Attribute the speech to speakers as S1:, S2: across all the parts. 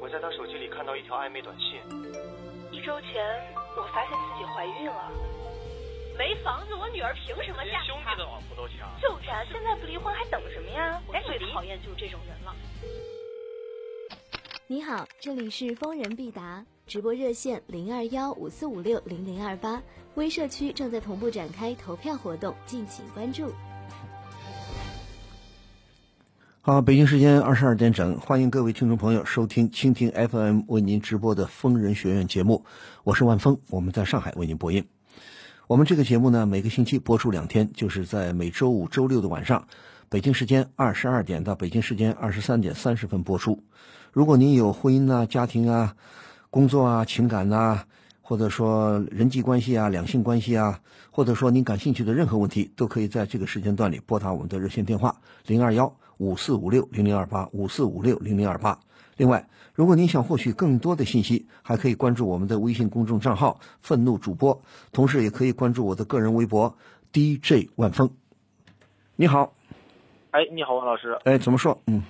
S1: 我在她手机里看到一条暧昧短信。
S2: 一周前，我发现自己怀孕了。没房子，我女儿凭什么
S3: 连
S2: 嫁给
S3: 兄
S2: 他
S3: 弟？的老婆都抢。
S2: 就是啊，现在不离婚还等什么呀？我
S4: 哎
S2: 最
S4: 你
S2: 讨厌就是这种人了。
S5: 你好，这里是疯人必答直播热线零二幺五四五六零零二八，微社区正在同步展开投票活动，敬请关注。
S6: 好，北京时间二十二点整，欢迎各位听众朋友收听蜻蜓 FM 为您直播的《疯人学院》节目，我是万峰，我们在上海为您播音。我们这个节目呢，每个星期播出两天，就是在每周五、周六的晚上，北京时间二十二点到北京时间二十三点三十分播出。如果您有婚姻啊、家庭啊、工作啊、情感呐、或者说人际关系啊、两性关系啊，或者说您感兴趣的任何问题，都可以在这个时间段里拨打我们的热线电话零二幺五四五六零零二八五四五六零零二八。另外，如果您想获取更多的信息，还可以关注我们的微信公众账号“愤怒主播”，同时也可以关注我的个人微博 “DJ 万峰”。你好，
S3: 哎，你好，王老师。
S6: 哎，怎么说？嗯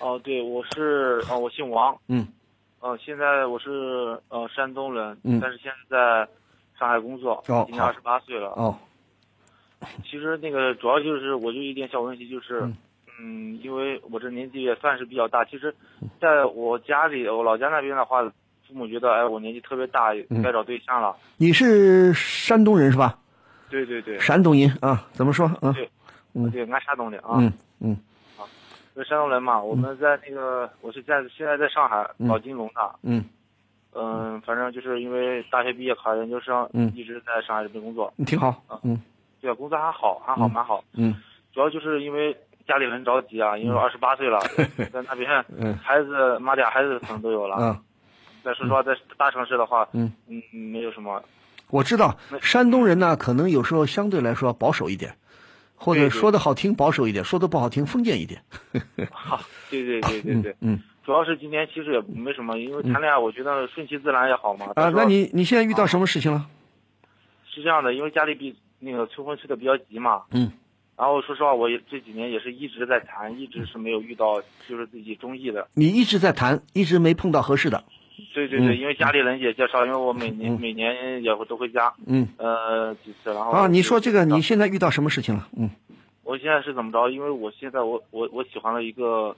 S3: 哦，对，我是哦，我姓王。
S6: 嗯。
S3: 呃，现在我是呃山东人，
S6: 嗯
S3: 但是现在在上海工作，
S6: 哦
S3: 今年二十八岁了。
S6: 哦
S3: 其实那个主要就是我就一点小问题，就是
S6: 嗯
S3: 嗯因为我这年纪也算是比较大，其实在我家里，我老家那边的话，父母觉得哎我年纪特别大
S6: 嗯，
S3: 该找对象了。
S6: 你是山东人是吧？
S3: 对对对，
S6: 山东人啊？怎么说啊？嗯
S3: 对，俺山东的啊，
S6: 嗯嗯
S3: 我是山东人嘛。我们在那个，我是在现在在上海
S6: 嗯
S3: 老金龙的，
S6: 嗯，
S3: 嗯，反正就是因为大学毕业考研究生，
S6: 嗯
S3: 一直在上海这边工作，
S6: 挺好。嗯
S3: 对啊，工作还好，还好，
S6: 嗯
S3: 蛮好。
S6: 嗯
S3: 主要就是因为家里人着急啊，因为二十 八岁了，在那边
S6: 嗯
S3: 孩子妈俩孩子可能都有了。
S6: 啊，
S3: 再说实话，在大城市的话，
S6: 嗯
S3: 嗯，没有什么。
S6: 我知道山东人呢，可能有时候相对来说保守一点，或者
S3: 对对
S6: 说的好听保守一点，说的不好听封建一点。
S3: 哈，对对对对
S6: 嗯
S3: 对，
S6: 嗯
S3: 主要是今年其实也没什么，因为谈恋爱，我觉得顺其自然也好嘛。
S6: 啊，
S3: 再说
S6: 那你你现在遇到什么事情了？
S3: 是这样的，因为家里比那个催婚催的比较急嘛。
S6: 嗯。
S3: 然后说实话，我也这几年也是一直在谈，一直是没有遇到就是自己中意的。
S6: 你一直在谈，一直没碰到合适的。
S3: 对对对，
S6: 嗯
S3: 因为家里人也介绍，因为我每年、
S6: 嗯
S3: 每年也会都回家，
S6: 嗯
S3: 呃几次，然后
S6: 啊，你说这个
S3: 就
S6: 你现在遇到什么事情了？嗯
S3: 我现在是怎么着？因为我现在我我我喜欢了一个，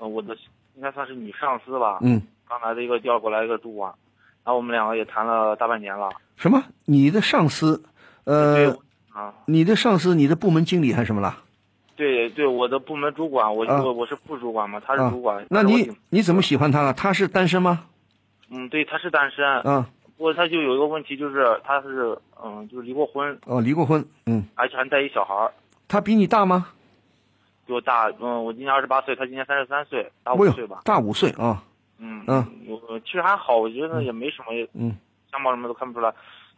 S3: 呃，我的应该算是女上司吧，
S6: 嗯，
S3: 刚来的一个调过来一个主管，然后我们两个也谈了大半年了，
S6: 什么？你的上司，呃
S3: 对，啊，
S6: 你的上司，你的部门经理还是什么了？
S3: 对对，我的部门主管，我
S6: 啊
S3: 我我是副主管嘛，他是
S6: 啊
S3: 主管，
S6: 那
S3: 但是我
S6: 你
S3: 挺
S6: 你怎么喜欢他了？他是单身吗？
S3: 嗯，对，他是单身，
S6: 啊
S3: 不过他就有一个问题，就是他是嗯，就是离过婚，
S6: 哦，离过婚。嗯，
S3: 而且还带一小孩儿，
S6: 他比你大吗？
S3: 比我大，嗯，我今年二十八岁，他今年三十三岁，大
S6: 哎
S3: 五
S6: 呦
S3: 岁吧。
S6: 大五岁啊。
S3: 嗯
S6: 嗯
S3: 我其实还好，我觉得也没什么，
S6: 嗯
S3: 相貌什么都看不出来。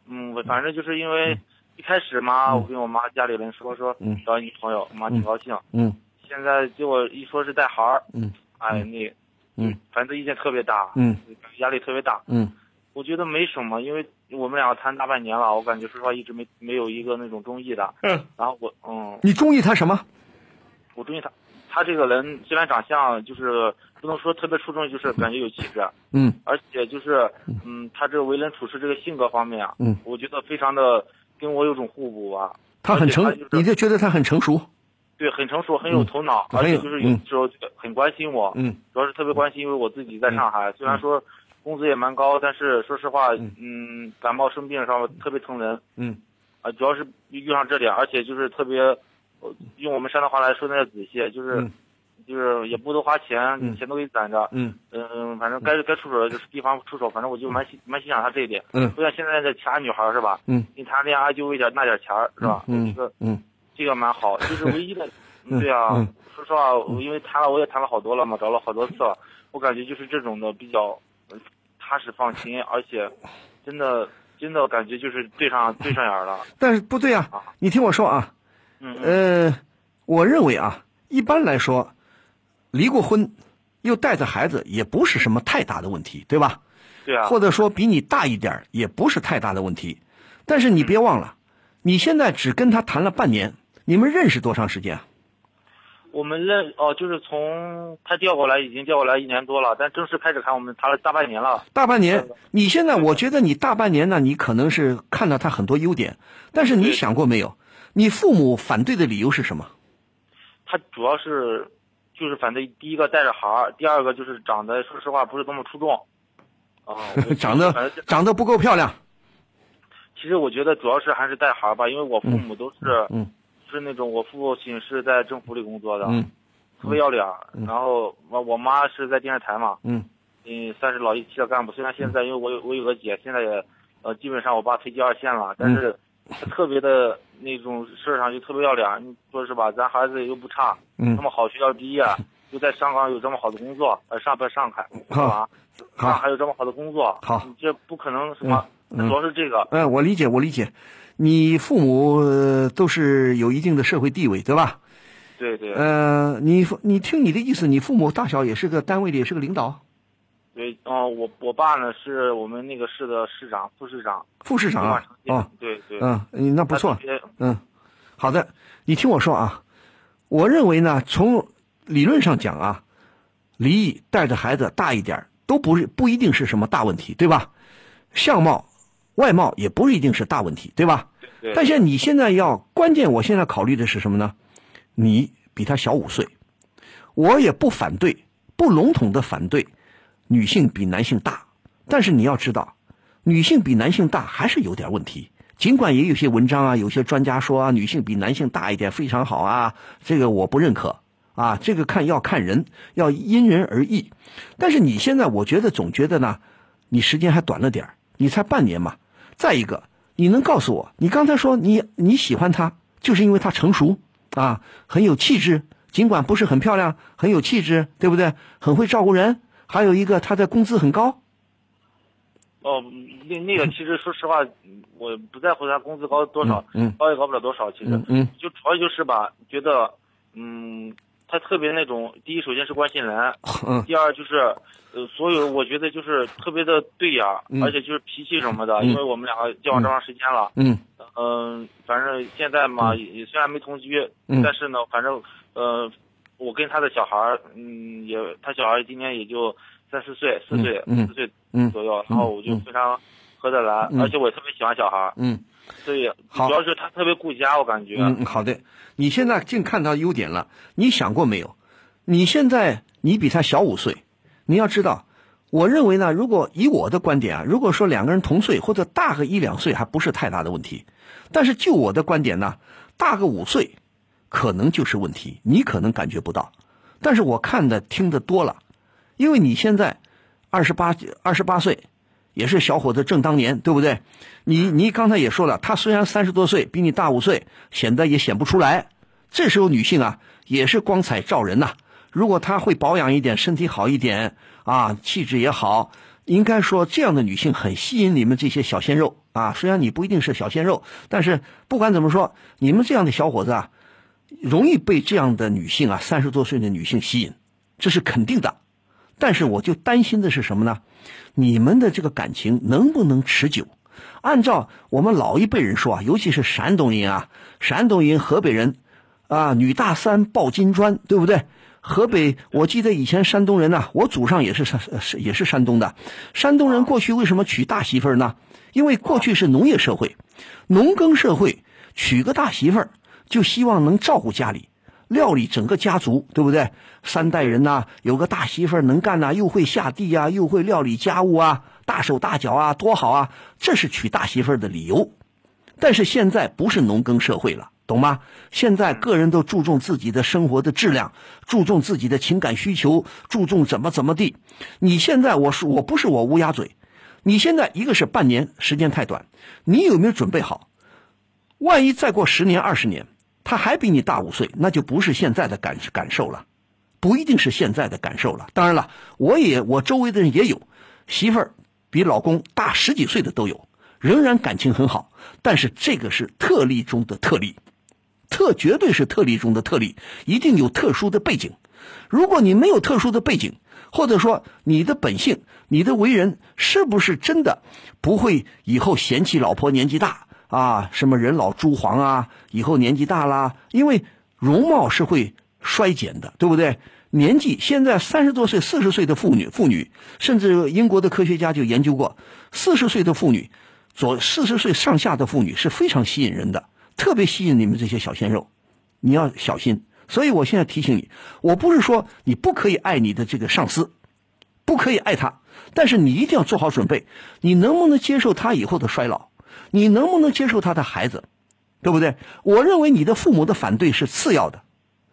S3: 嗯，我反正就是因为一开始嘛，
S6: 嗯
S3: 我跟我妈家里人说说
S6: 嗯
S3: 找女朋友，我妈
S6: 嗯
S3: 挺高兴。
S6: 嗯
S3: 现在结果一说是带孩儿，
S6: 嗯
S3: 哎，那
S6: 嗯，
S3: 反正意见特别大，
S6: 嗯
S3: 压力特别大。
S6: 嗯
S3: 我觉得没什么，因为我们两个谈大半年了，我感觉说实话一直没没有一个那种中意的。
S6: 嗯，
S3: 然后我嗯，
S6: 你中意他什么？
S3: 我中意他，他这个人虽然长相就是不能说特别出众，就是感觉有气质，
S6: 嗯
S3: 而且就是嗯，他这为人处事这个性格方面啊，
S6: 嗯，
S3: 我觉得非常的跟我有种互补吧、啊。
S6: 他很
S3: 而
S6: 成
S3: 且他就，是
S6: 你就觉得他很成熟。
S3: 对，很成熟，很有头脑，
S6: 嗯
S3: 而
S6: 很有
S3: 且就是有
S6: 嗯
S3: 时候很关心我，
S6: 嗯
S3: 主要是特别关心，因为我自己在上海，虽然说工资也蛮高，但是说实话，
S6: 嗯
S3: 嗯，感冒生病上特别疼人，
S6: 嗯
S3: 啊，主要是遇上这点，而且就是特别，呃用我们山东话来说，那叫仔细，就是、
S6: 嗯
S3: 就是也不多花钱，
S6: 嗯
S3: 钱都给你攒着，
S6: 嗯
S3: 嗯，反正该该出手的就是地方出手，反正我就蛮欣蛮欣赏他这一点，
S6: 嗯
S3: 不像现在的其他女孩儿是吧？
S6: 嗯，
S3: 你谈恋爱就为点那点钱儿是吧？
S6: 嗯
S3: 这个
S6: 嗯
S3: 这个蛮好，就是唯 一的
S6: 嗯，
S3: 对啊
S6: 嗯，
S3: 说实话，我因为谈了我也谈了好多了嘛，找了好多次了，我感觉就是这种的比较呃踏实放心，而且真的真的感觉就是对上对上眼儿了，
S6: 但是不对啊
S3: 啊，
S6: 你听我说啊，
S3: 嗯，嗯
S6: 呃，我认为啊，一般来说，离过婚又带着孩子也不是什么太大的问题，对吧？
S3: 对啊，
S6: 或者说比你大一点儿也不是太大的问题。但是你
S3: 嗯
S6: 别忘了，你现在只跟他谈了半年，你们认识多长时间啊？
S3: 我们认哦、就是从他调过来已经调过来一年多了，但正式开始看我们谈了大半年了。
S6: 大半年
S3: 是的，
S6: 你现在我觉得你大半年呢，你可能是看到他很多优点，但是你
S3: 对
S6: 想过没有，你父母反对的理由是什么？
S3: 他主要是就是反对第一个带着孩儿，第二个就是长得说实话不是多么出众。啊、我
S6: 长
S3: 反
S6: 得
S3: 正这
S6: 长得不够漂亮，
S3: 其实我觉得主要是还是带孩儿吧，因为我父母都是
S6: 嗯
S3: 是那种我父亲是啊在政府里工作的，
S6: 嗯
S3: 特别要脸儿，然后我我妈是在电视台嘛，
S6: 嗯
S3: 嗯，算是老一期的干部。虽然现在因为我有我有个姐，现在也呃基本上我爸退居二线了，
S6: 嗯
S3: 但是她特别的那种事儿上就特别要脸儿。你说是吧？咱孩子又不差，那
S6: 嗯，
S3: 么好学校毕业，又在上港有这么好的工作，呃，上不是上海，是吧？上
S6: 好，
S3: 海有这么好的工作，
S6: 好
S3: 你这不可能什么，
S6: 嗯嗯
S3: 主要是这个，
S6: 哎，我理解，我理解，你父母呃都是有一定的社会地位，对吧？
S3: 对对
S6: 呃，你父你听你的意思，你父母大小也是个单位里也是个领导，
S3: 对，嗯、我我爸呢是我们那个市的市长、副市长，
S6: 副市长
S3: 文化
S6: 啊
S3: 城，建
S6: 哦，
S3: 对对，
S6: 嗯，你那不错，
S3: 他特别
S6: 嗯，好的，你听我说啊，我认为呢，从理论上讲啊，离异带着孩子大一点儿都不是不一定是什么大问题，对吧？相貌、外貌也不一定是大问题，对吧？
S3: 对
S6: 但是你现在要关键，我现在考虑的是什么呢？你比他小五岁，我也不反对，不笼统的反对女性比男性大，但是你要知道，女性比男性大还是有点问题。尽管也有些文章啊，有些专家说啊，女性比男性大一点非常好啊，这个我不认可啊，这个看要看人，要因人而异。但是你现在，我觉得总觉得呢，你时间还短了点儿你才半年嘛。再一个，你能告诉我，你刚才说你你喜欢她，就是因为她成熟啊，很有气质，尽管不是很漂亮，很有气质，对不对？很会照顾人，还有一个她的工资很高，
S3: 哦，那那个其实说实话，我不在乎他工资高多少，
S6: 嗯嗯
S3: 高也高不了多少。其实，
S6: 嗯嗯
S3: 就主要就是吧，觉得，嗯，他特别那种，第一首先是关心人，
S6: 嗯
S3: 第二就是，呃，所有我觉得就是特别的对眼儿，
S6: 嗯
S3: 而且就是脾气什么的，因为我们两个交往这么长时间了，
S6: 嗯
S3: 嗯、反正现在嘛，也也虽然没同居，
S6: 嗯
S3: 但是呢，反正，呃，我跟他的小孩儿，嗯，也他小孩儿今年也就三四岁，四岁，
S6: 嗯嗯
S3: 四岁
S6: 嗯
S3: 左右，然后我就非常合得来，
S6: 嗯
S3: 而且我也特别喜欢小孩儿，
S6: 嗯
S3: 所以
S6: 好
S3: 主要是他特别顾家，我感觉。
S6: 嗯，好的。你现在净看她优点了，你想过没有？你现在你比她小五岁，你要知道，我认为呢，如果以我的观点啊，如果说两个人同岁或者大个一两岁，还不是太大的问题。但是就我的观点呢，大个五岁可能就是问题，你可能感觉不到。但是我看的听的多了，因为你现在二十八二十八岁，也是小伙子正当年，对不对？你你刚才也说了，他虽然三十多岁，比你大五岁，显得也显不出来。这时候女性啊，也是光彩照人呐、如果她会保养一点，身体好一点啊，气质也好，应该说这样的女性很吸引你们这些小鲜肉啊。虽然你不一定是小鲜肉，但是不管怎么说，你们这样的小伙子啊，容易被这样的女性啊，三十多岁的女性吸引，这是肯定的。但是我就担心的是什么呢？你们的这个感情能不能持久？按照我们老一辈人说啊，尤其是山东人啊，山东人、河北人，啊，女大三抱金砖，对不对？河北，我记得以前山东人呐、我祖上也是山呃是也是山东的。山东人过去为什么娶大媳妇儿呢？因为过去是农业社会，农耕社会，娶个大媳妇儿就希望能照顾家里，料理整个家族，对不对？三代人呐、有个大媳妇儿能干呐、又会下地啊，又会料理家务啊，大手大脚啊，多好啊！这是娶大媳妇儿的理由。但是现在不是农耕社会了，懂吗？现在个人都注重自己的生活的质量，注重自己的情感需求，注重怎么怎么地。你现在我是我不是我乌鸦嘴，你现在一个是半年时间太短，你有没有准备好？万一再过十年二十年，他还比你大五岁，那就不是现在的感感受了。不一定是现在的感受了。当然了，我也我周围的人也有，媳妇儿比老公大十几岁的都有，仍然感情很好。但是这个是特例中的特例，特绝对是特例中的特例，一定有特殊的背景。如果你没有特殊的背景，或者说你的本性、你的为人是不是真的不会以后嫌弃老婆年纪大啊，什么人老珠黄啊，以后年纪大啦，因为容貌是会衰减的，对不对？年纪现在三十多岁、四十岁的妇女，妇女甚至英国的科学家就研究过，四十岁的妇女，左四十岁上下的妇女是非常吸引人的，特别吸引你们这些小鲜肉，你要小心。所以我现在提醒你，我不是说你不可以爱你的这个上司，不可以爱他，但是你一定要做好准备，你能不能接受他以后的衰老？你能不能接受他的孩子？对不对？我认为你的父母的反对是次要的，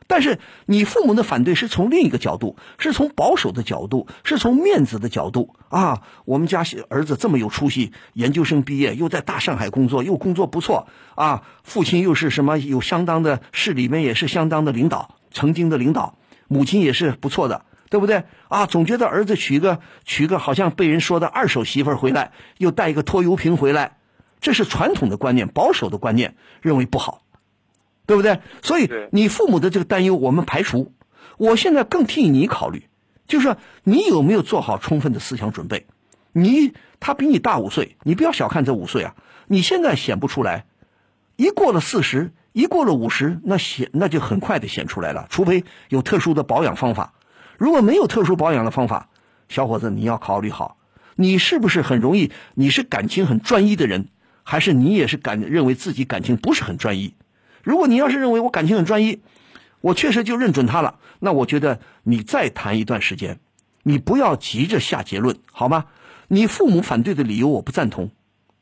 S6: 但是你父母的反对是从另一个角度，是从保守的角度，是从面子的角度啊。我们家儿子这么有出息，研究生毕业，又在大上海工作，又工作不错啊。父亲又是什么有相当的市里面也是相当的领导，曾经的领导，母亲也是不错的。对不对啊？总觉得儿子娶个娶个好像被人说的二手媳妇儿回来，又带一个拖油瓶回来，这是传统的观念、保守的观念，认为不好，对不对？所以
S3: 对
S6: 你父母的这个担忧，我们排除。我现在更替你考虑，就是说你有没有做好充分的思想准备？你他比你大五岁，你不要小看这五岁啊！你现在显不出来，一过了四十，一过了五十，那显那就很快的显出来了，除非有特殊的保养方法。如果没有特殊保养的方法，小伙子你要考虑好，你是不是很容易？你是感情很专一的人，还是你也是感认为自己感情不是很专一？如果你要是认为我感情很专一，我确实就认准他了，那我觉得你再谈一段时间，你不要急着下结论，好吗？你父母反对的理由我不赞同，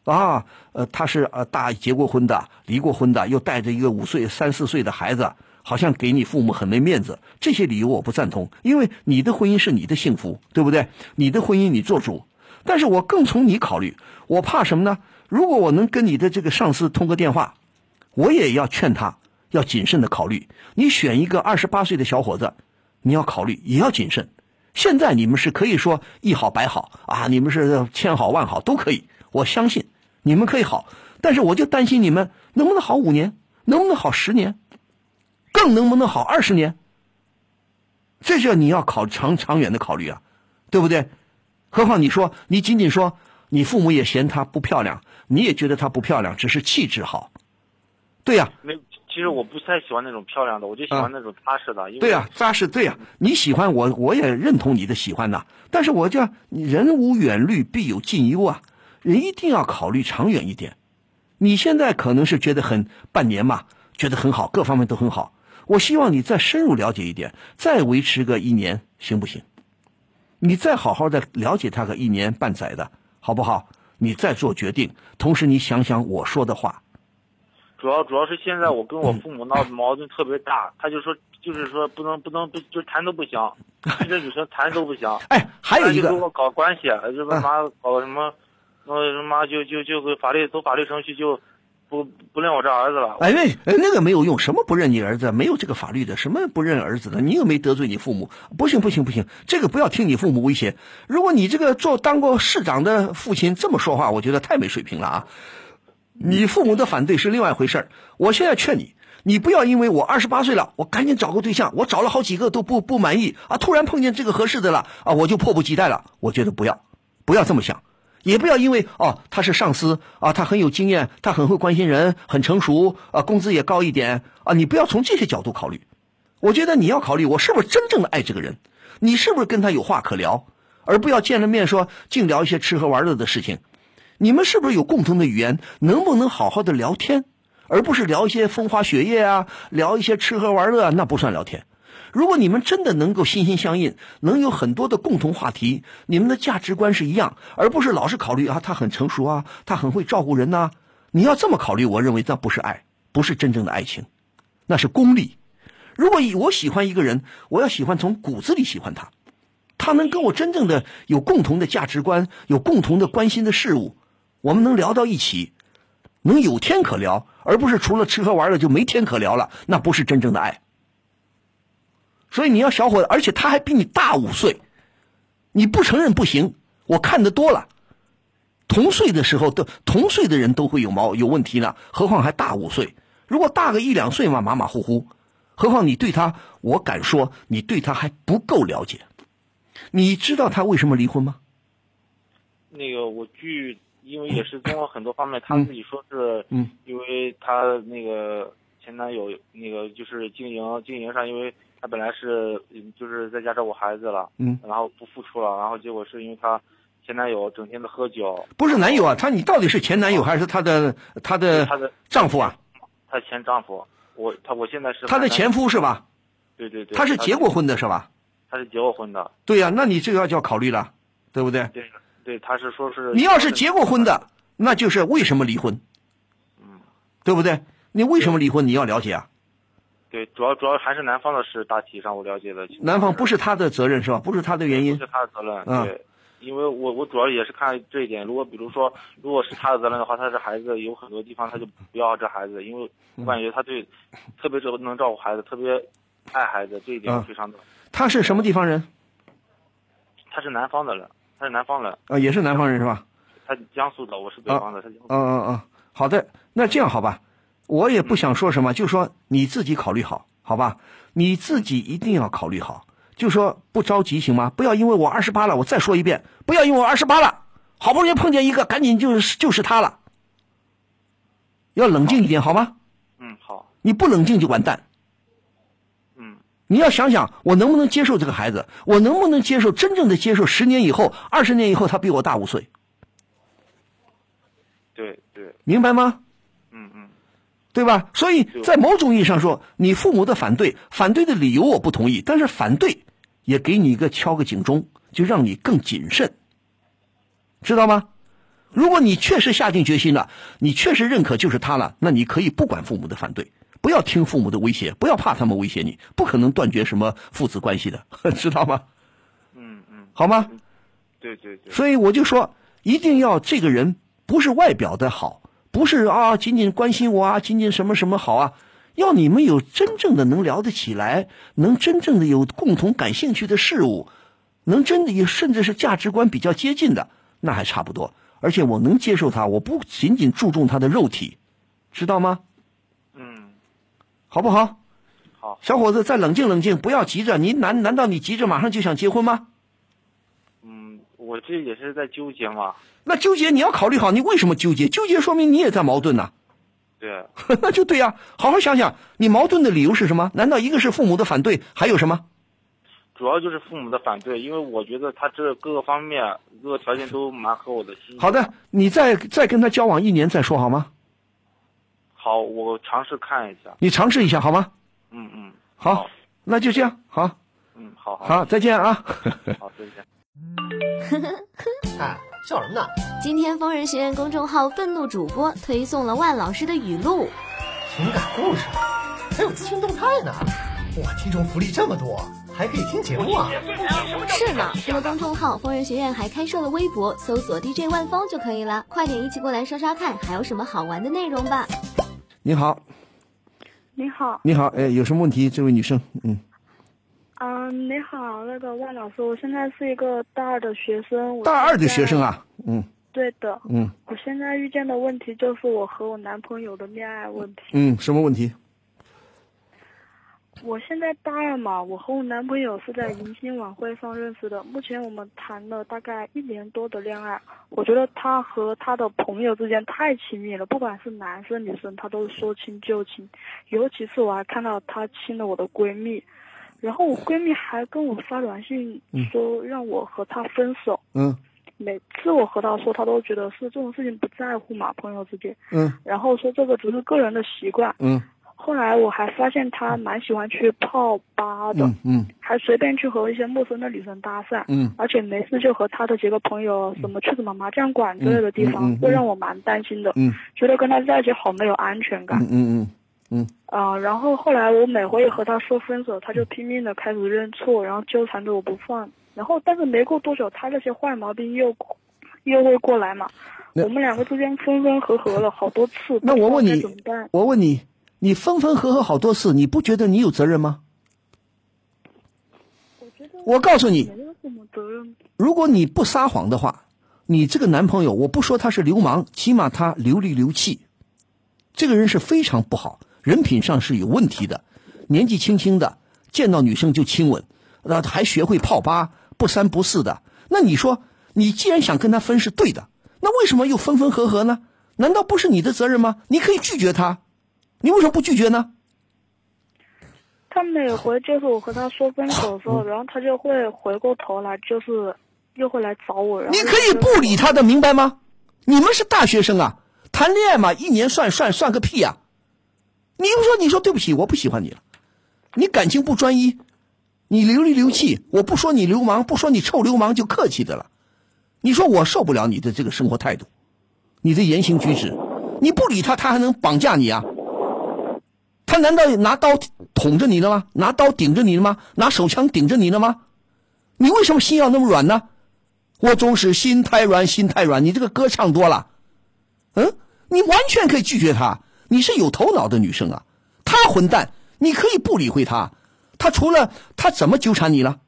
S6: 啊，呃，他是呃大结过婚的，离过婚的，又带着一个五岁、三四岁的孩子，好像给你父母很没面子。这些理由我不赞同，因为你的婚姻是你的幸福，对不对？你的婚姻你做主，但是我更从你考虑，我怕什么呢？如果我能跟你的这个上司通个电话，我也要劝他要谨慎的考虑。你选一个二十八岁的小伙子，你要考虑也要谨慎。现在你们是可以说一好百好啊，你们是千好万好都可以，我相信你们可以好，但是我就担心你们能不能好五年，能不能好十年，更能不能好二十年，这就你要考长长远的考虑啊，对不对？何况你说你仅仅说你父母也嫌她不漂亮，你也觉得她不漂亮，只是气质好，对呀、
S3: 没，其实我不太喜欢那种漂亮的，我就喜
S6: 啊
S3: 欢那种踏实的。因为
S6: 对啊呀、扎实对呀、你喜欢我，我也认同你的喜欢呐、但是我叫人无远虑，必有近忧啊，人一定要考虑长远一点。你现在可能是觉得很半年嘛，觉得很好，各方面都很好。我希望你再深入了解一点，再维持个一年，行不行？你再好好的了解他个一年半载的，好不好？你再做决定，同时你想想我说的话，
S3: 主要主要是现在我跟我
S6: 嗯
S3: 父母闹的矛盾特别大，他就说就是说不能不能不就谈都不行，一直就说谈都不行。
S6: 哎， 还有一个嗯
S3: 他就跟我搞关系，这他妈搞什么，那他妈就就就给法律走法律程序就不不认我这儿子了。
S6: 哎，那哎那个没有用，什么不认你儿子，没有这个法律的，什么不认儿子的，你又没得罪你父母，不行不行不行，这个不要听你父母威胁。如果你这个做当过市长的父亲这么说话，我觉得太没水平了啊！你父母的反对是另外一回事儿。我现在劝你，你不要因为我二十八岁了，我赶紧找个对象，我找了好几个都不不满意啊，突然碰见这个合适的了啊，我就迫不及待了。我觉得不要，不要这么想，也不要因为哦他是上司啊，他很有经验，他很会关心人，很成熟啊，工资也高一点啊，你不要从这些角度考虑。我觉得你要考虑我是不是真正的爱这个人，你是不是跟他有话可聊，而不要见了面说净聊一些吃喝玩乐的事情。你们是不是有共同的语言？能不能好好的聊天，而不是聊一些风花雪月啊，聊一些吃喝玩乐啊，那不算聊天。如果你们真的能够心心相印，能有很多的共同话题，你们的价值观是一样，而不是老是考虑啊，他很成熟啊，他很会照顾人呐、你要这么考虑，我认为那不是爱，不是真正的爱情，那是功利。如果以我喜欢一个人，我要喜欢从骨子里喜欢他，他能跟我真正的有共同的价值观，有共同的关心的事物，我们能聊到一起，能有天可聊，而不是除了吃喝玩乐就没天可聊了，那不是真正的爱。所以你要小伙子，而且他还比你大五岁，你不承认不行。我看得多了，同岁的时候都同岁的人都会有毛有问题呢，何况还大五岁。如果大个一两岁嘛，马马虎虎。何况你对他，我敢说你对他还不够了解。你知道他为什么离婚吗？
S3: 那个我据因为也是综合很多方面，他自己说是，
S6: 嗯，
S3: 因为他那个前男友那个就是经营经营上因为他本来是嗯就是在家照顾孩子了，
S6: 嗯，
S3: 然后不付出了，然后结果是因为她前男友整天的喝酒，
S6: 不是男友啊，他你到底是前男友还是他的他的
S3: 她的
S6: 丈夫啊？
S3: 她前丈夫，我她我现在是
S6: 他的
S3: 男
S6: 前夫是吧？
S3: 对对对，
S6: 他是结过婚的是吧？
S3: 她是结过婚的，
S6: 对呀、那你这个就要考虑了，对不对？
S3: 对对，她是说是
S6: 你要是结过婚的，那就是为什么离婚，
S3: 嗯，
S6: 对不对？你为什么离婚？你要了解啊。
S3: 对，主要主要还是男方的事，大体上我了解的情况
S6: 男方不是他的责任是吧？不是他的原因
S3: 不是。他的责任，
S6: 嗯
S3: 对，因为我我主要也是看这一点。如果比如说，如果是他的责任的话，他这孩子有很多地方他就不要这孩子，因为我感觉他对特别这个能照顾孩子，特别爱孩子这一点
S6: 嗯
S3: 非常的。
S6: 他是什么地方人
S3: 他是南方的人，他是南方人，
S6: 啊？也是南方人是吧？
S3: 他江苏的，我是北
S6: 啊
S3: 方的，他江苏的。
S6: 嗯嗯嗯，好的，那这样好吧，我也不想说什么，就说你自己考虑好，好吧？你自己一定要考虑好，就说不着急行吗？不要因为我二十八了，我再说一遍，不要因为我二十八了，好不容易碰见一个，赶紧就是就是他了，要冷静一点好吗？
S3: 嗯，好，
S6: 你不冷静就完蛋。
S3: 嗯，
S6: 你要想想，我能不能接受这个孩子？我能不能接受真正的接受？十年以后、二十年以后，他比我大五岁，
S3: 对对，
S6: 明白吗？
S3: 嗯嗯，
S6: 对吧？所以
S3: 对
S6: 在某种意义上说，你父母的反对，反对的理由我不同意，但是反对也给你一个敲个警钟，就让你更谨慎，知道吗？如果你确实下定决心了，你确实认可就是他了，那你可以不管父母的反对，不要听父母的威胁，不要怕他们威胁你，不可能断绝什么父子关系的， 知道吗？
S3: 嗯嗯，
S6: 好吗？
S3: 对对对，
S6: 所以我就说，一定要这个人不是外表的好，不是啊，仅仅关心我啊，仅仅什么什么好啊，要你们有真正的能聊得起来，能真正的有共同感兴趣的事物，能真的也甚至是价值观比较接近的，那还差不多。而且我能接受他，我不仅仅注重他的肉体，知道吗？
S3: 嗯，
S6: 好不好？
S3: 好，
S6: 小伙子，再冷静冷静，不要急着。您难难道你急着马上就想结婚吗？
S3: 嗯，我这也是在纠结嘛，
S6: 那纠结你要考虑好，你为什么纠结？纠结说明你也在矛盾呐、
S3: 对，
S6: 那就对呀、好好想想，你矛盾的理由是什么？难道一个是父母的反对，还有什么？
S3: 主要就是父母的反对，因为我觉得他这各个方面、各个条件都蛮合我的心意。
S6: 好的，你再再跟他交往一年再说好吗？
S3: 好，我尝试看一下。
S6: 你尝试一下好吗？
S3: 嗯嗯，
S6: 好，那就这样，好，
S3: 嗯，好好
S6: 好，再见啊。
S3: 好，再见。
S4: 哎，笑什么呢？
S5: 今天疯人学院公众号愤怒主播推送了万老师的语录，
S4: 情感故事，还有资讯动态呢。哇，听众福利这么多，还可以听节目啊！
S5: 是呢。除了公众号，疯人学院还开设了微博，搜索 DJ 万峰就可以了。快点一起过来刷刷看，还有什么好玩的内容吧。
S6: 你好，
S7: 你好，
S6: 你好，哎，有什么问题？这位女生，嗯，
S7: 嗯、你好，那个万老师，我现在是一个大二的学生，我
S6: 大二的学生
S7: 啊。
S6: 啊，嗯
S7: 对的，
S6: 嗯
S7: 我现在遇见的问题就是我和我男朋友的恋爱问题。
S6: 嗯，什么问题？
S7: 我现在大二嘛，我和我男朋友是在迎新晚会上认识的，目前我们谈了大概一年多的恋爱。我觉得他和他的朋友之间太亲密了，不管是男生女生，他都是说亲就亲。尤其是我还看到他亲了我的闺蜜，然后我闺蜜还跟我发短信说让我和他分手。
S6: 嗯
S7: 每次我和他说，他都觉得是这种事情不在乎嘛，朋友之间，
S6: 嗯
S7: 然后说这个只是个人的习惯。
S6: 嗯
S7: 后来我还发现他蛮喜欢去泡吧的，
S6: 嗯嗯
S7: 还随便去和一些陌生的女生搭讪，
S6: 嗯
S7: 而且没事就和他的几个朋友什么去什么麻将馆之类的
S6: 嗯
S7: 地
S6: 嗯
S7: 方
S6: 嗯，
S7: 会让我蛮担心的，
S6: 嗯
S7: 觉得跟他在一起好没有安全感
S6: 嗯。嗯
S7: 啊、然后后来我每回和他说分手，他就拼命的开始认错，然后纠缠着我不放。然后但是没过多久，他那些坏毛病又又会过来嘛。
S6: 那
S7: 我们两个之间分分合合了好多次，
S6: 那我问你
S7: 不知道该怎么办
S6: 嗯，？我问你，你分分合合好多次，你不觉得你有责任吗？
S7: 我觉得
S6: 我告诉你，
S7: 没有什么责任。
S6: 如果你不撒谎的话，你这个男朋友，我不说他是流氓，起码他流里流气，这个人是非常不好，人品上是有问题的，年纪轻轻的，见到女生就亲吻，那还学会泡吧，不三不四的。那你说，你既然想跟他分是对的，那为什么又分分合合呢？难道不是你的责任吗？你可以拒绝他，你为什么不拒绝呢？
S7: 他每回就是我和他说分手之
S6: 嗯
S7: 后，然后他就会回过头来，就是又会来找我。然后
S6: 你可以不理他的，明白吗？你们是大学生啊，谈恋爱嘛，一年算算算个屁呀、你又说你说对不起，我不喜欢你了，你感情不专一，你流里流气，我不说你流氓，不说你臭流氓，就客气的了。你说我受不了你的这个生活态度，你的言行举止，你不理他，他还能绑架你啊？他难道拿刀捅着你了吗？拿刀顶着你了吗？拿手枪顶着你了吗？你为什么心要那么软呢？我总是心太软，心太软。你这个歌唱多了，嗯，你完全可以拒绝他。你是有头脑的女生啊，他混蛋，你可以不理会他。他除了他怎么纠缠你了？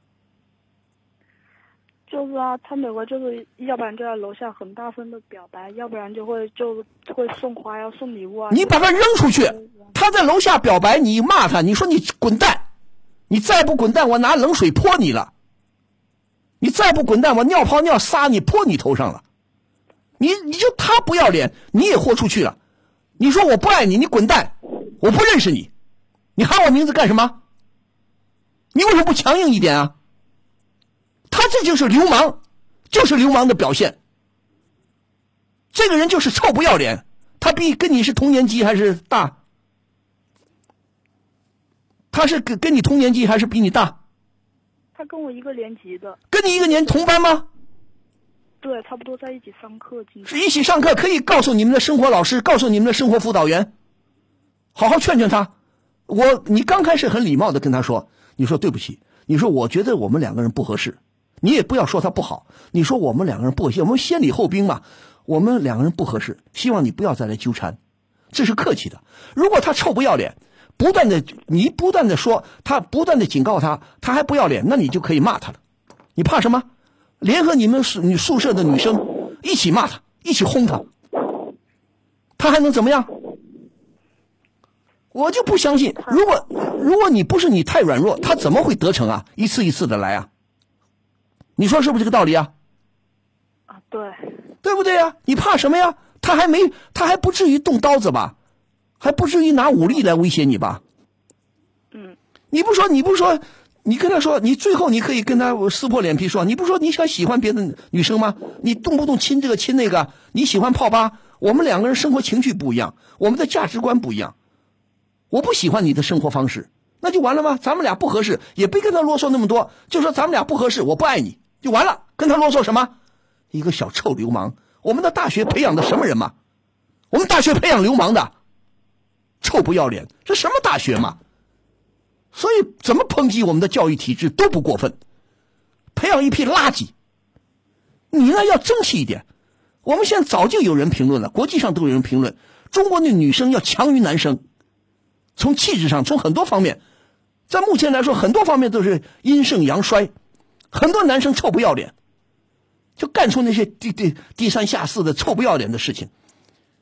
S7: 就是啊，他每回就是要不然就在楼下很大声的表白，要不然就会就会送花呀、送礼物啊。
S6: 你把他扔出去，他在楼下表白，你骂他，你说你滚蛋，你再不滚蛋，我拿冷水泼你了。你再不滚蛋，我尿泡尿撒你泼你头上了。你你就他不要脸，你也豁出去了。你说我不爱你，你滚蛋，我不认识你，你喊我名字干什么？你为什么不强硬一点啊？他这就是流氓，就是流氓的表现。这个人就是臭不要脸。他比跟你是同年级还是大？他是跟跟你同年级还是比你大？
S7: 他跟我一个年级的，
S6: 跟你一个年同班吗？
S7: 对，差不多在一起上课，经常
S6: 是一起上课，可以告诉你们的生活老师，告诉你们的生活辅导员，好好劝劝他。我，你刚开始很礼貌的跟他说，你说对不起，你说我觉得我们两个人不合适，你也不要说他不好，你说我们两个人不合适，我们先礼后兵嘛，我们两个人不合适，希望你不要再来纠缠，这是客气的。如果他臭不要脸，不断的你不断的说他，不断的警告他，他还不要脸，那你就可以骂他了。你怕什么？联合你们宿你宿舍的女生一起骂他，一起轰他，他还能怎么样？我就不相信，如果如果你不是你太软弱，他怎么会得逞啊？一次一次的来啊，你说是不是这个道理啊？
S7: 啊，对，
S6: 对不对呀、你怕什么呀？他还没，他还不至于动刀子吧？还不至于拿武力来威胁你吧？
S7: 嗯，
S6: 你不说，你不说，你跟他说，你最后你可以跟他撕破脸皮说，你不说你想喜欢别的女生吗？你动不动亲这个亲那个，你喜欢泡吧？我们两个人生活情趣不一样，我们的价值观不一样，我不喜欢你的生活方式，那就完了吗？咱们俩不合适，也别跟他啰嗦那么多，就说咱们俩不合适，我不爱你就完了，跟他啰嗦什么？一个小臭流氓，我们的大学培养的什么人嘛？我们大学培养流氓的，臭不要脸，这什么大学嘛？所以怎么抨击我们的教育体制都不过分，培养一批垃圾。你呢要争气一点。我们现在早就有人评论了，国际上都有人评论，中国的女生要强于男生，从气质上，从很多方面，在目前来说，很多方面都是阴盛阳衰，很多男生臭不要脸，就干出那些低低低三下四的臭不要脸的事情。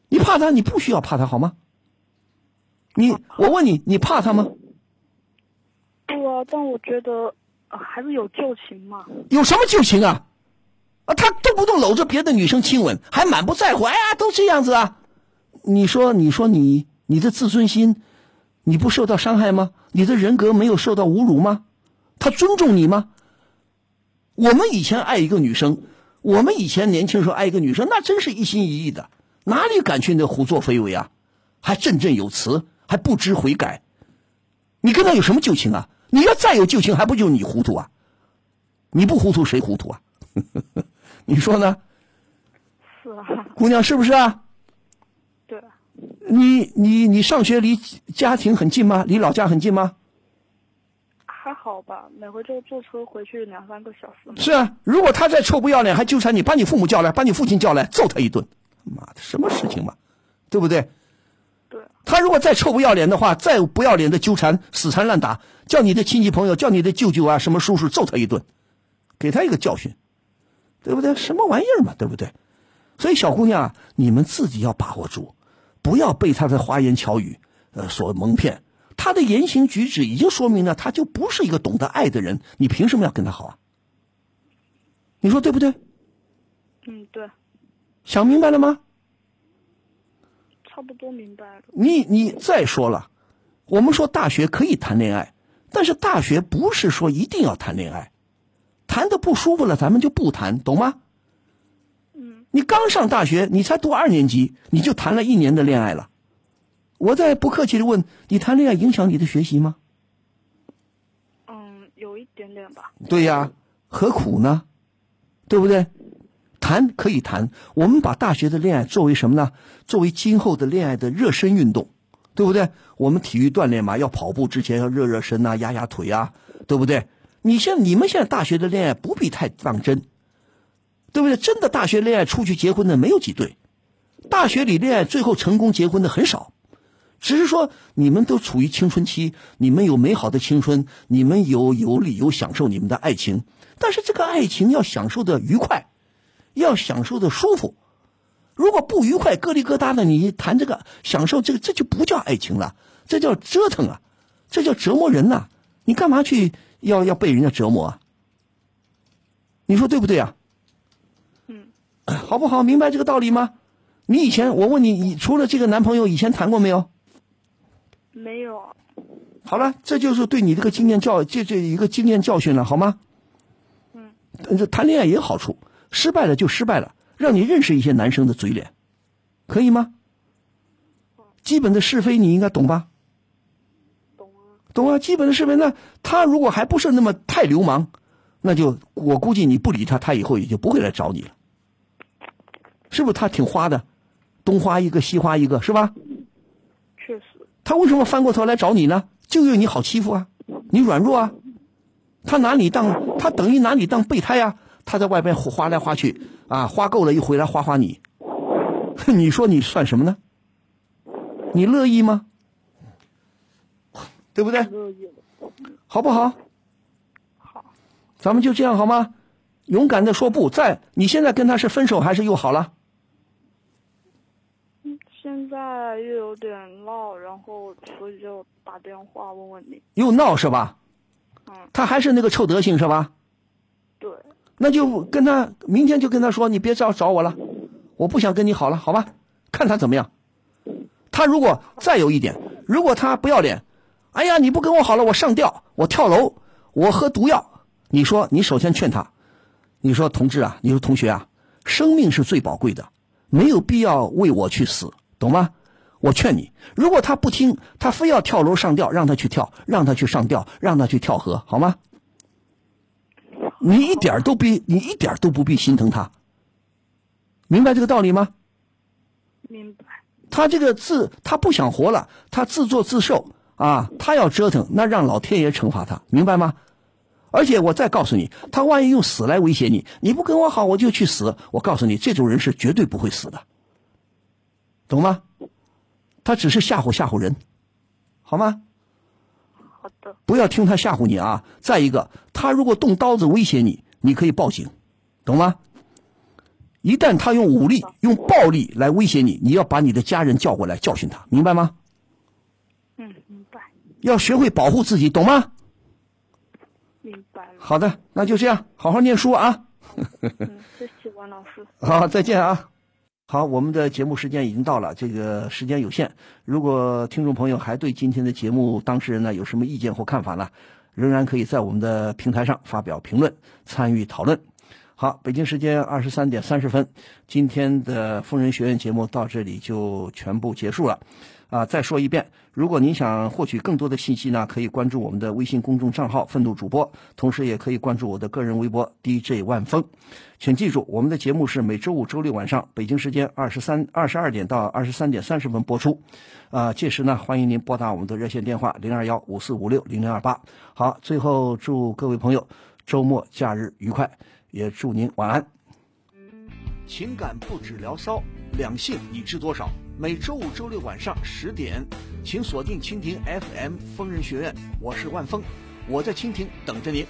S6: 你怕他，你不需要怕他好吗？你我问你，你怕他吗？
S7: 不啊，但我觉得、呃还是有旧情嘛。
S6: 有什么旧情啊？啊，他动不动搂着别的女生亲吻，还满不在乎。哎呀，都这样子啊！你说，你说你你的自尊心，你不受到伤害吗？你的人格没有受到侮辱吗？他尊重你吗？我们以前爱一个女生，我们以前年轻时候爱一个女生，那真是一心一意的，哪里敢去那胡作非为啊？还振振有词，还不知悔改。你跟他有什么旧情啊？你要再有旧情，还不就是你糊涂啊？你不糊涂谁糊涂啊？ 你说呢，
S7: 是啊，
S6: 姑娘是不是啊？
S7: 对啊，
S6: 你你你上学离家庭很近吗？离老家很近吗？
S7: 还好吧，每回就坐车回去两三个小时嘛。
S6: 是啊，如果他再臭不要脸，还纠缠你，把你父母叫来，把你父亲叫来，揍他一顿。妈的，什么事情嘛，对不对？
S7: 对，
S6: 他如果再臭不要脸的话，再不要脸的纠缠、死缠烂打，叫你的亲戚朋友，叫你的舅舅啊，什么叔叔揍他一顿，给他一个教训，对不对？什么玩意儿嘛，对不对？所以小姑娘啊，你们自己要把握住，不要被他的花言巧语呃所蒙骗。他的言行举止已经说明了，他就不是一个懂得爱的人。你凭什么要跟他好啊？你说对不对？
S7: 嗯，对，
S6: 想明白了吗？
S7: 差不多明白了。
S6: 你你再说了，我们说大学可以谈恋爱，但是大学不是说一定要谈恋爱，谈的不舒服了咱们就不谈，懂吗？
S7: 嗯，
S6: 你刚上大学，你才读二年级，你就谈了一年的恋爱了。我再不客气的问你，谈恋爱影响你的学习吗？
S7: 嗯，有一点点吧。
S6: 对呀，何苦呢？对不对？谈可以谈，我们把大学的恋爱作为什么呢？作为今后的恋爱的热身运动，对不对？我们体育锻炼嘛，要跑步之前要热热身呐、压压腿啊，对不对？你现你们现在大学的恋爱不必太当真，对不对？真的大学恋爱出去结婚的没有几对，大学里恋爱最后成功结婚的很少。只是说你们都处于青春期，你们有美好的青春，你们有有理由享受你们的爱情，但是这个爱情要享受的愉快，要享受的舒服。如果不愉快，疙里疙瘩的，你谈这个享受这个，这就不叫爱情了，这叫折腾啊，这叫折磨人呐、你干嘛去要要被人家折磨啊？你说对不对啊？
S7: 嗯，
S6: 好不好？明白这个道理吗？你以前我问你，你除了这个男朋友，以前谈过没有？
S7: 没有，
S6: 好了，这就是对你这个经验教，这这一个经验教训了，好吗？
S7: 嗯
S6: 呃，这谈恋爱也有好处，失败了就失败了，让你认识一些男生的嘴脸，可以吗？基本的是非你应该懂吧？
S7: 懂啊。
S6: 懂啊，基本的是非。那他如果还不是那么太流氓，那就我估计你不理他，他以后也就不会来找你了，是不是？他挺花的，东花一个西花一个，是吧？
S7: 确实，
S6: 他为什么翻过头来找你呢？就因为你好欺负啊，你软弱啊，他拿你当他等于拿你当备胎啊，他在外边花花来花去啊，花够了又回来花花你， 你说你算什么呢？你乐意吗？对不对？
S7: 乐意了。
S6: 好不好？
S7: 好，
S6: 咱们就这样好吗？勇敢的说不，在你现在跟他是分手还是又好了？
S7: 嗯，现在又有点闹，然后所以就打电话问问你。
S6: 又闹是吧？
S7: 嗯，
S6: 他还是那个臭德行是吧？
S7: 对，
S6: 那就跟他明天就跟他说，你别找找我了，我不想跟你好了，好吧？看他怎么样。他如果再有一点，如果他不要脸，哎呀，你不跟我好了，我上吊，我跳楼，我喝毒药，你说，你首先劝他，你说同志啊，你说同学啊，生命是最宝贵的，没有必要为我去死，懂吗？我劝你，如果他不听，他非要跳楼上吊，让他去跳，让他去上吊，让他去跳河，好吗？你一点儿都不，你一点儿都不必心疼他，明白这个道理吗？
S7: 明白。
S6: 他这个自他不想活了，他自作自受啊，他要折腾，那让老天爷惩罚他，明白吗？而且我再告诉你，他万一用死来威胁你，你不跟我好，我就去死。我告诉你，这种人是绝对不会死的，懂吗？他只是吓唬吓唬人，好吗？
S7: 好的，
S6: 不要听他吓唬你啊！再一个，他如果动刀子威胁你，你可以报警，懂吗？一旦他用武力、用暴力来威胁你，你要把你的家人叫过来教训他，明白吗？
S7: 嗯，明白，
S6: 要学会保护自己，懂吗？
S7: 明白 了。
S6: 好的，那就这样，好好念书啊！
S7: 嗯，谢谢王老师。
S6: 好，再见啊！好，我们的节目时间已经到了，这个时间有限。如果听众朋友还对今天的节目当事人呢有什么意见或看法呢，仍然可以在我们的平台上发表评论，参与讨论。好，北京时间二十三点三十分，今天的疯人学院节目到这里就全部结束了。啊，再说一遍，如果您想获取更多的信息呢，可以关注我们的微信公众账号“愤怒主播”，同时也可以关注我的个人微博 DJ 万峰。请记住，我们的节目是每周五、周六晚上北京时间二十三、二十二点到二十三点三十分播出。啊、届时呢，欢迎您拨打我们的热线电话零二幺五四五六零零二八。好，最后祝各位朋友周末假日愉快，也祝您晚安。情感不止聊骚，两性你知多少？每周五、周六晚上十点，请锁定蜻蜓 FM 疯人学院，我是万峰，我在蜻蜓等着您。